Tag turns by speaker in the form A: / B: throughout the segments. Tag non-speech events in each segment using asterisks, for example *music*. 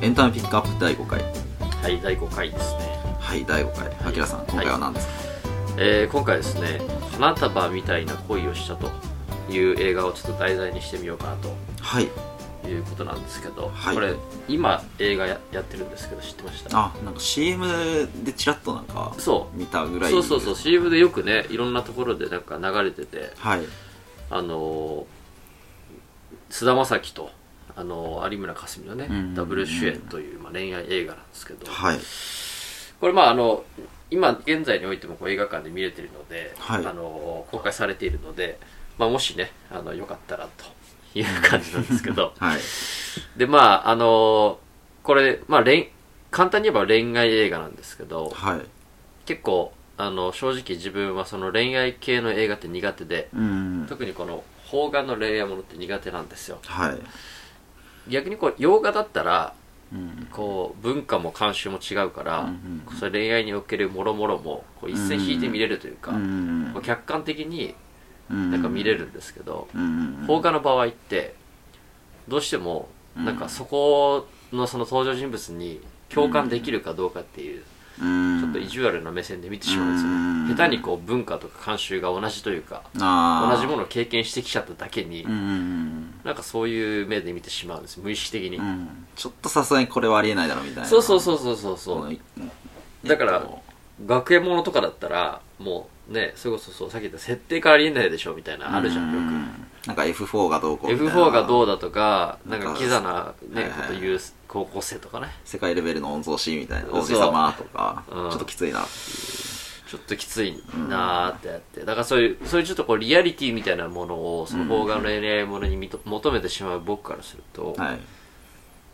A: エンタメピックアップ第5回
B: はい、第5回ですね。
A: はい第5回あきらさん今回は何ですか、
B: えー今回ですね、花束みたいな恋をしたという映画をちょっと題材にしてみようかな
A: はい、
B: ということなんですけど、
A: はい
B: これ、今映画ややってるんですけど、知ってました
A: あなんか CM でちらっとなんか
B: そ
A: 見たぐ
B: う。
A: らい
B: そうそうそう CM でよくねいろんなところでなんか流れてて
A: はい
B: あのー菅田将暉と、あのー有村架純のね、
A: うんうんうん
B: ダブル主演という、まあ、恋愛映画なんですけど
A: はい
B: これまああの今現在においてもこう映画館で見れてるので、
A: はい
B: あの公開されているので、まあ、もしねあのよかったらという感じなんです
A: *laughs*
B: けど
A: はい
B: でまああのこれ、まあ、恋簡単に言えば恋愛映画なんですけど
A: はい
B: 結構あの正直自分はその恋愛系の映画って苦手で
A: うん
B: 特にこの邦画の恋愛ものって苦手なんですよ
A: はい
B: 逆にこう洋画だったら
A: うん
B: こう文化も慣習も違うから、
A: うんうん
B: それ恋愛におけるもろもろもこう一線引いて見れるというか、
A: うん
B: こう客観的に
A: うん
B: なんか見れるんですけど、
A: うん
B: 放火の場合ってどうしてもなんかそこのその登場人物に共感できるかどうかっていう
A: うん
B: ちょっと意地悪な目線で見てしまうんですよね
A: うん
B: 下手にこう文化とか慣習が同じというか
A: あ
B: 同じも
A: の
B: のを経験してきちゃっただけに
A: うん
B: なんかそういう目で見てしまうんです無意識的に
A: うんちょっとさすがにこれはありえないだろうみたいな
B: そうそう
A: う
B: そうそうそうそう
A: う
B: だから学園ものとかだったらもうねそれこそそうさっき言った設定からありえないでしょみたいなあるじゃんよく
A: なんか F4 がどうこうみたいな
B: F4 がどうだとか、なんかキザな、ね
A: はいはい
B: こと言う高校生とかね、
A: 世界レベルの御曹司みたいな
B: そう
A: 王子様とか、
B: うん
A: ちょっときついな
B: ちょっときついなーってやって、だからそういう、そういうちょっとこうリアリティみたいなものを、その邦画の恋愛ものにみと求めてしまう僕からすると、
A: はい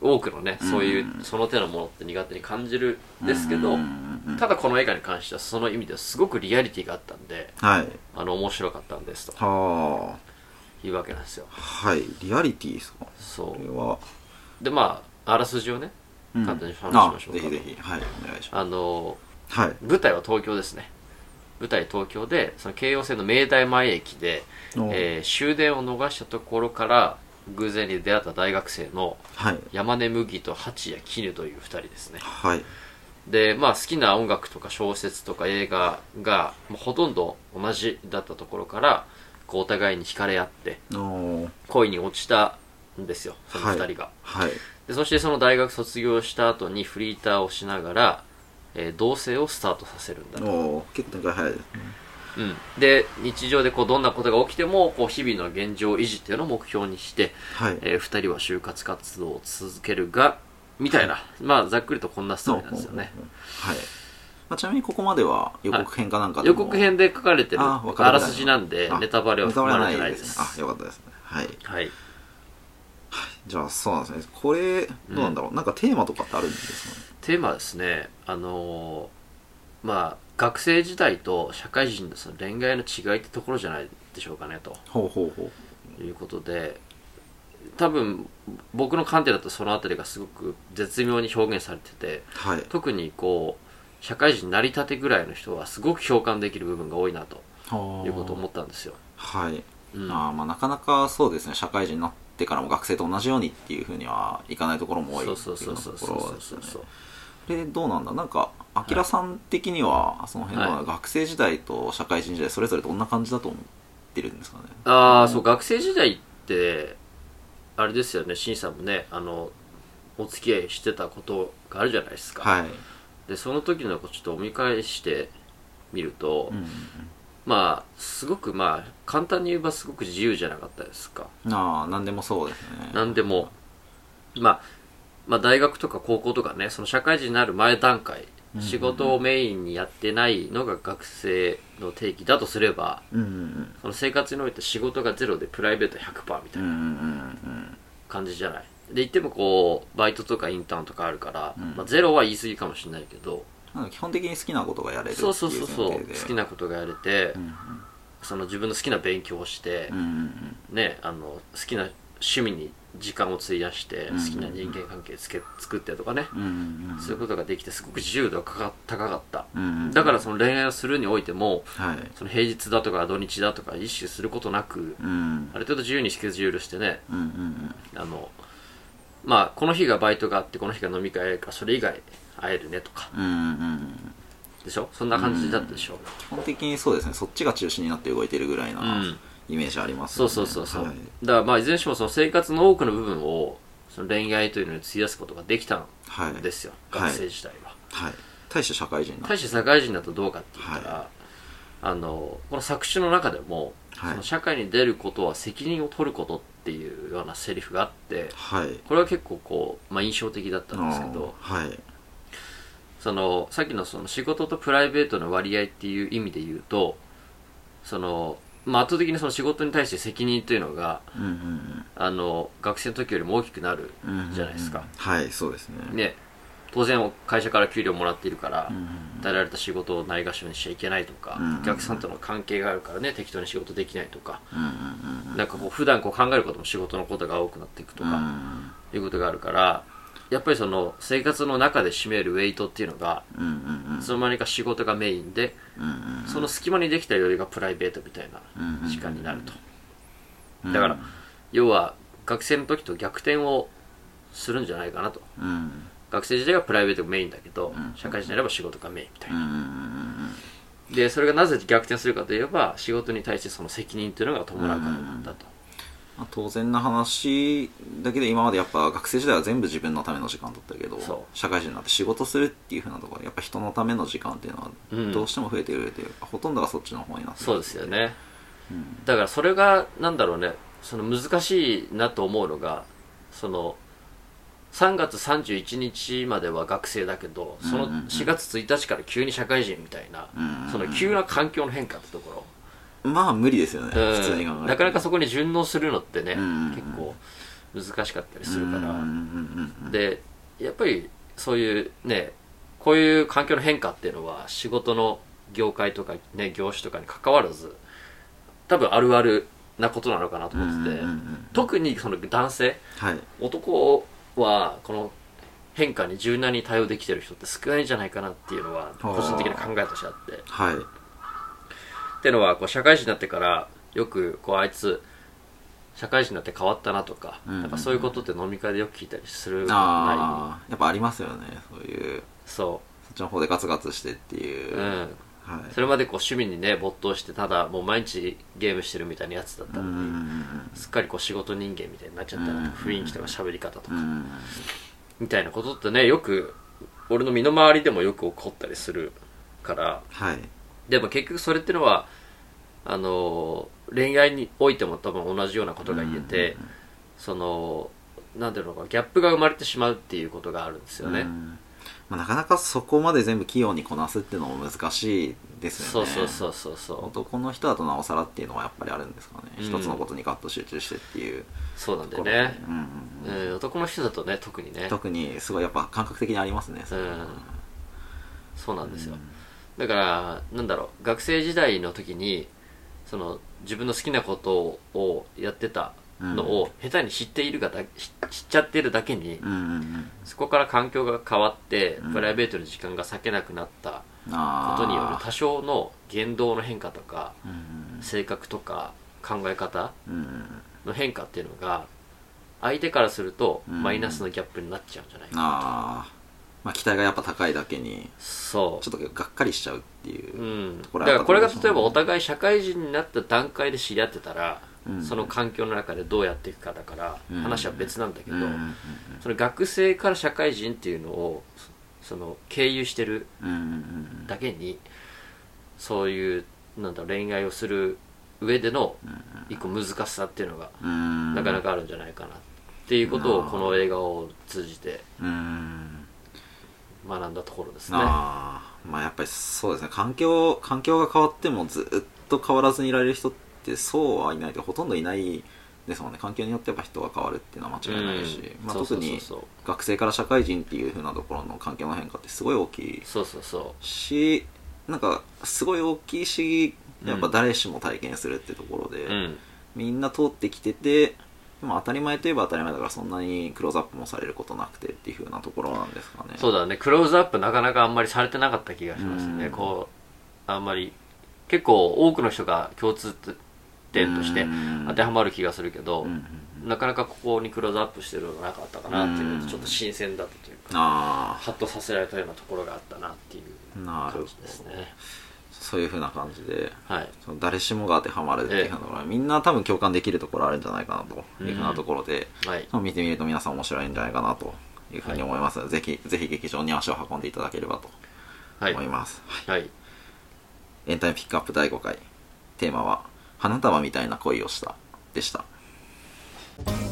B: 多くのね、そういうう、その手のものって苦手に感じるんですけ
A: う
B: ど
A: んう、んうんうん
B: ただこの映画に関してはその意味ではすごくリアリティがあったんで、
A: はい
B: あの、面白かったんですと
A: は
B: いうわけなんですよ
A: あ。はいリアリティですか
B: そ
A: これは、
B: う。で、まあ、あらすじをね、
A: うん
B: 簡単に話し
A: あ
B: ましょうか
A: ぜひぜひはいお願いしま
B: あのー、
A: すはい
B: 舞台は東京ですね舞台東京でその京葉線の明大前駅で、
A: お
B: えー終電を逃したところから偶然に出会った大学生の
A: はい
B: 山根麦と蜂谷絹という2人ですね
A: はい
B: でまあ好きな音楽とか小説とか映画がもうほとんど同じだったところからこうお互いに惹かれ合って
A: お
B: 恋に落ちたんですよその2人が、
A: はい
B: でそしてその大学卒業した後にフリーターをしながら、えー同棲をスタートさせるんだと
A: お結構展開早いですね
B: うん、で日常でこうどんなことが起きてもこう日々の現状維持っていうのを目標にして、
A: はい
B: え2人は就活活動を続けるがみたいな、まあ、ざっくりとこんなストーリーなんですよね
A: ほうほうほうはい、まあ、ちなみにここまでは予告編かなんかで
B: 予
A: も
B: 告編で書かれてる
A: あ
B: あ
A: わかる
B: らすじなんで
A: あ
B: ネタバレは
A: ネタ
B: 含
A: バレ
B: ま
A: はな
B: れてないい
A: で
B: ですす
A: ねあよかったですねはい
B: はい、
A: じゃあそうなんですねこれどうなんだろう、なんかテーマとかってあるんですかね
B: テーマはですねあのーまあ学生時代と社会人のその恋愛の違いってところじゃないでしょうかねと
A: ほうほうほう
B: ということで多分僕の観点だとそのあたりがすごく絶妙に表現されてて
A: はい
B: 特にこう社会人になりたてぐらいの人はすごく共感できる部分が多いなと
A: は
B: いうことを思ったんですよ、
A: はい、
B: うん、
A: あーまあなかなかそうですね社会人になってからも学生と同じようにっていうふうにはいかないところも多い
B: そうそうそうそ
A: っ
B: うそう
A: てい
B: そう
A: よ
B: う
A: なところです
B: そ
A: ね
B: うそう
A: でどうなんだなんかあきらさん的には、その辺は
B: はい
A: 学生時代と社会人時代それぞれどんな感じだと思ってるんですかね
B: ああそう学生時代ってあれですよねしんさんもねあのお付き合いしてたことがあるじゃないですか、
A: はい、
B: でその時のことちょっとお見返してみると、
A: うん
B: まあすごくまあ簡単に言えばすごく自由じゃなかったですか
A: ああ何でもそうですね
B: 何でも、まあ、まあ大学とか高校とかねその社会人になる前段階
A: うん
B: 仕事をメインにやってないのが学生の定義だとすれば
A: うんうん
B: その生活において仕事がゼロでプライベート100%
A: う
B: みた
A: ん
B: い
A: うんう
B: なん感じじゃないで言ってもこうバイトとかインターンとかあるから、
A: うん
B: まあ、ゼロは言い過ぎかもしれないけど
A: なんか基本的に好きなことがやれるっていう
B: そう
A: 前
B: そう
A: 提で
B: そうそう好きなことがやれて、
A: うん
B: その自分の好きな勉強をして
A: うん、うん
B: ねあの好きな趣味に時間を費やして
A: う
B: 好
A: ん
B: きな人間関係つけ作ってとかね、
A: うんうんうん
B: そういうことができてすごく自由度がかか高かった
A: うんうん
B: だからその恋愛をするにおいても
A: はい
B: その平日だとか土日だとか意識することなく
A: うん
B: ある程度自由にスケジュールしてね
A: うんうんうん
B: あのまあこの日がバイトがあってこの日が飲み会かそれ以外会えるねとか
A: うんうん
B: でしょそんな感じだったでしょ、
A: 基本的にそうですねそっちが中心になって動いてるぐらいな
B: うん
A: イメージあります
B: そ
A: よ
B: う
A: ね
B: そうそうそう、
A: はい
B: だからまあいずれにしてもその生活の多くの部分をその恋愛というのに費やすことができた
A: はい
B: んですよ、
A: はい
B: 学生時代は、
A: はい大して社会人な
B: 対して社会人だとどうかって言ったら、
A: は
B: あのこの作詞の中でも、
A: はい
B: その社会に出ることは責任を取ることっていうようなセリフがあって
A: はい
B: これは結構こう、まあ、印象的だったんですけど
A: あーはい
B: そのさっきのその仕事とプライベートの割合っていう意味で言うとその、まあ、圧倒的にその仕事に対して責任というのが
A: うんうん
B: あの学生の時よりも大きくなる
A: うんうんうん
B: じゃないですか、
A: はいそうですね
B: ね、当然会社から給料もらっているから、
A: うんうん
B: 与えられた仕事をないがしろにしちゃいけないとか、
A: うん
B: お客さんとの関係があるからね適当に仕事できないとか、
A: うんうんうん
B: なんかこう普段こう考えることも仕事のことが多くなっていくと
A: うん
B: か、いうことがあるからやっぱりその生活の中で占めるウェイトっていうのが
A: うんうんうん
B: いつの間にか仕事がメインで、
A: うん
B: その隙間にできた余裕がプライベートみたいな
A: うん
B: 時間になると、
A: うん
B: だから要は学生の時と逆転をするんじゃないかなと
A: うんうん
B: 学生時代がプライベートがメインだけど、
A: うん
B: 社会人になれば仕事がメインみたいな
A: うんうん
B: でそれがなぜ逆転するかといえば仕事に対してその責任というのが伴うからなんだと、
A: まあ当然な話だけで今までやっぱ学生時代は全部自分のための時間だったけど
B: そ
A: 社会人になって仕事するっていうふうなところでやっぱ人のための時間っていうの
B: うん
A: はどうしても増えてくるというか、ほとんどがそっちの方になってる
B: そうですよね
A: うん
B: だからそれがなんだろうねその難しいなと思うのがその3月31日までは学生だけどそ
A: う
B: の
A: んうんうん
B: 4月1日から急に社会人みたいな、
A: うん
B: その急な環境の変化ってとこ
A: まあ無理ですよね、
B: ろ、
A: 普通に考え
B: う
A: て
B: んなかなかそこに順応するのってね、
A: うんうんうん
B: 結構難しかったりするから、
A: うんうんうんうん
B: でやっぱりそういうねこういう環境の変化っていうのは仕事の業界とか、ね、業種とかに関わらず多分あるあるなことなのかなと思ってて、
A: うんうんうん
B: 特にその男性
A: はい
B: 男はこの変化に柔軟に対応できてる人って少ないんじゃないかなっていうのは
A: あー
B: 個人的な考えとしてあってっ
A: はい
B: ていうのはこう社会人になってからよくこうあいつ社会人になって変わったなとか,、
A: うんうんうん
B: なんかそういうことって飲み会でよく聞いたりするない
A: ああやっぱありますよねそういう
B: そ、
A: そっちの方でガツガツしてっていうう、
B: うん、
A: はい
B: それまでこう趣味にね没頭してただもう毎日ゲームしてるみたいなやつだった
A: う
B: の
A: ん
B: に、
A: うん
B: すっかりこう仕事人間みたいになっちゃった
A: うん
B: なとか雰囲気とか喋り方と
A: う
B: か、
A: んうん
B: みたいなことってねよく俺の身の回りでもよく起こったりするから
A: はい
B: でも結局それってのはあの恋愛においても多分同じようなことが言えて、そのなんていうのかギャップが生まれてしまうっていうことがあるんですよね、
A: うんまあ、なかなかそこまで全部器用にこなすっていうのも難しいです
B: そ
A: よ
B: う
A: ね
B: そうそううそうそう
A: 男の人だとなおさらっていうのはやっぱりあるんですかね、
B: うん
A: 一つのことにガッと集中してっていう
B: そうなん
A: と
B: だ
A: こ
B: よ
A: ろで
B: ね、
A: うんうん
B: う
A: うん
B: ん、男の人だとね特にね
A: 特にすごいやっぱ感覚的にありますねそれは
B: うんそうなんですよ、だからなんだろう学生時代の時にその自分の好きなことをやってたのを下手に知っているがだ知知っちゃってるだけに、
A: うんうんうん
B: そこから環境が変わって、
A: うん
B: プライベートの時間が割けなくなった
A: あ
B: こ
A: ー
B: とによる多少の言動の変化とか
A: うん
B: 性格とか考え方
A: うん
B: の変化っていうのが相手からすると
A: うん
B: マイナスのギャップになっちゃうんじゃないか、
A: あーまあ期待がやっぱ高いだけに
B: そう
A: ちょっとがっかりしちゃうっていう、
B: うん、
A: これ
B: だからこれが
A: 後で
B: 例えばお互い社会人になった段階で知り合ってたら、
A: うん
B: その環境の中でどうやっていくかだから、
A: うん
B: 話は別なんだけど、
A: うんうん
B: その学生から社会人っていうのをそその経由してる
A: うんうん
B: だけにそういうなんだろう恋愛をする上での一個難しさっていうのが
A: うん
B: なかなかあるんじゃないかなっていうことをこの映画を通じて
A: うん
B: 学んだところですね。
A: ああまあやっぱりそうですね環境環境が変わってもずっと変わらずにいられる人ってそうはいないとほとんどいないですもんね環境によってやっぱ人が変わるっていうのは間違いないし、
B: うん
A: まあ、
B: そうそ
A: 特
B: うそう
A: に
B: そう
A: 学生から社会人っていう風なところの環境の変化ってすごい大きい
B: そうそうそ
A: しなんかすごい大きいしやっぱ誰しも体験するってところで、
B: う、うん、
A: みんな通ってきててでも当たり前といえば当たり前だからそんなにクローズアップもされることなくてっていう風なところなんですかね
B: そうだねクローズアップなかなかあんまりされてなかった気がしますね、
A: うん
B: こうあんまり結構多くの人が共通点として
A: うん
B: 当てはまる気がするけど、
A: うんうんうん
B: なかなかここにクローズアップしてるのなかったかなっていうの
A: う
B: で
A: ん
B: ちょっと新鮮だったというか
A: あ
B: ハッとさせられたようなところがあったなっていう
A: あなるほ
B: 感
A: ど
B: じですね
A: そういうふうな感じで
B: はい
A: その誰しもが当てはまるっていうふうなところはみんな多分共感できるところあるんじゃないかなというふうなところで、
B: はい
A: 見てみると皆さん面白いんじゃないかなというふうに思います、ぜひぜひ劇場に足を運んでいただければと
B: はい
A: 思います、
B: はい
A: エンタメピックアップ第5回テーマは「花束みたいな恋をした」でした
C: 「花束みたいな恋をした」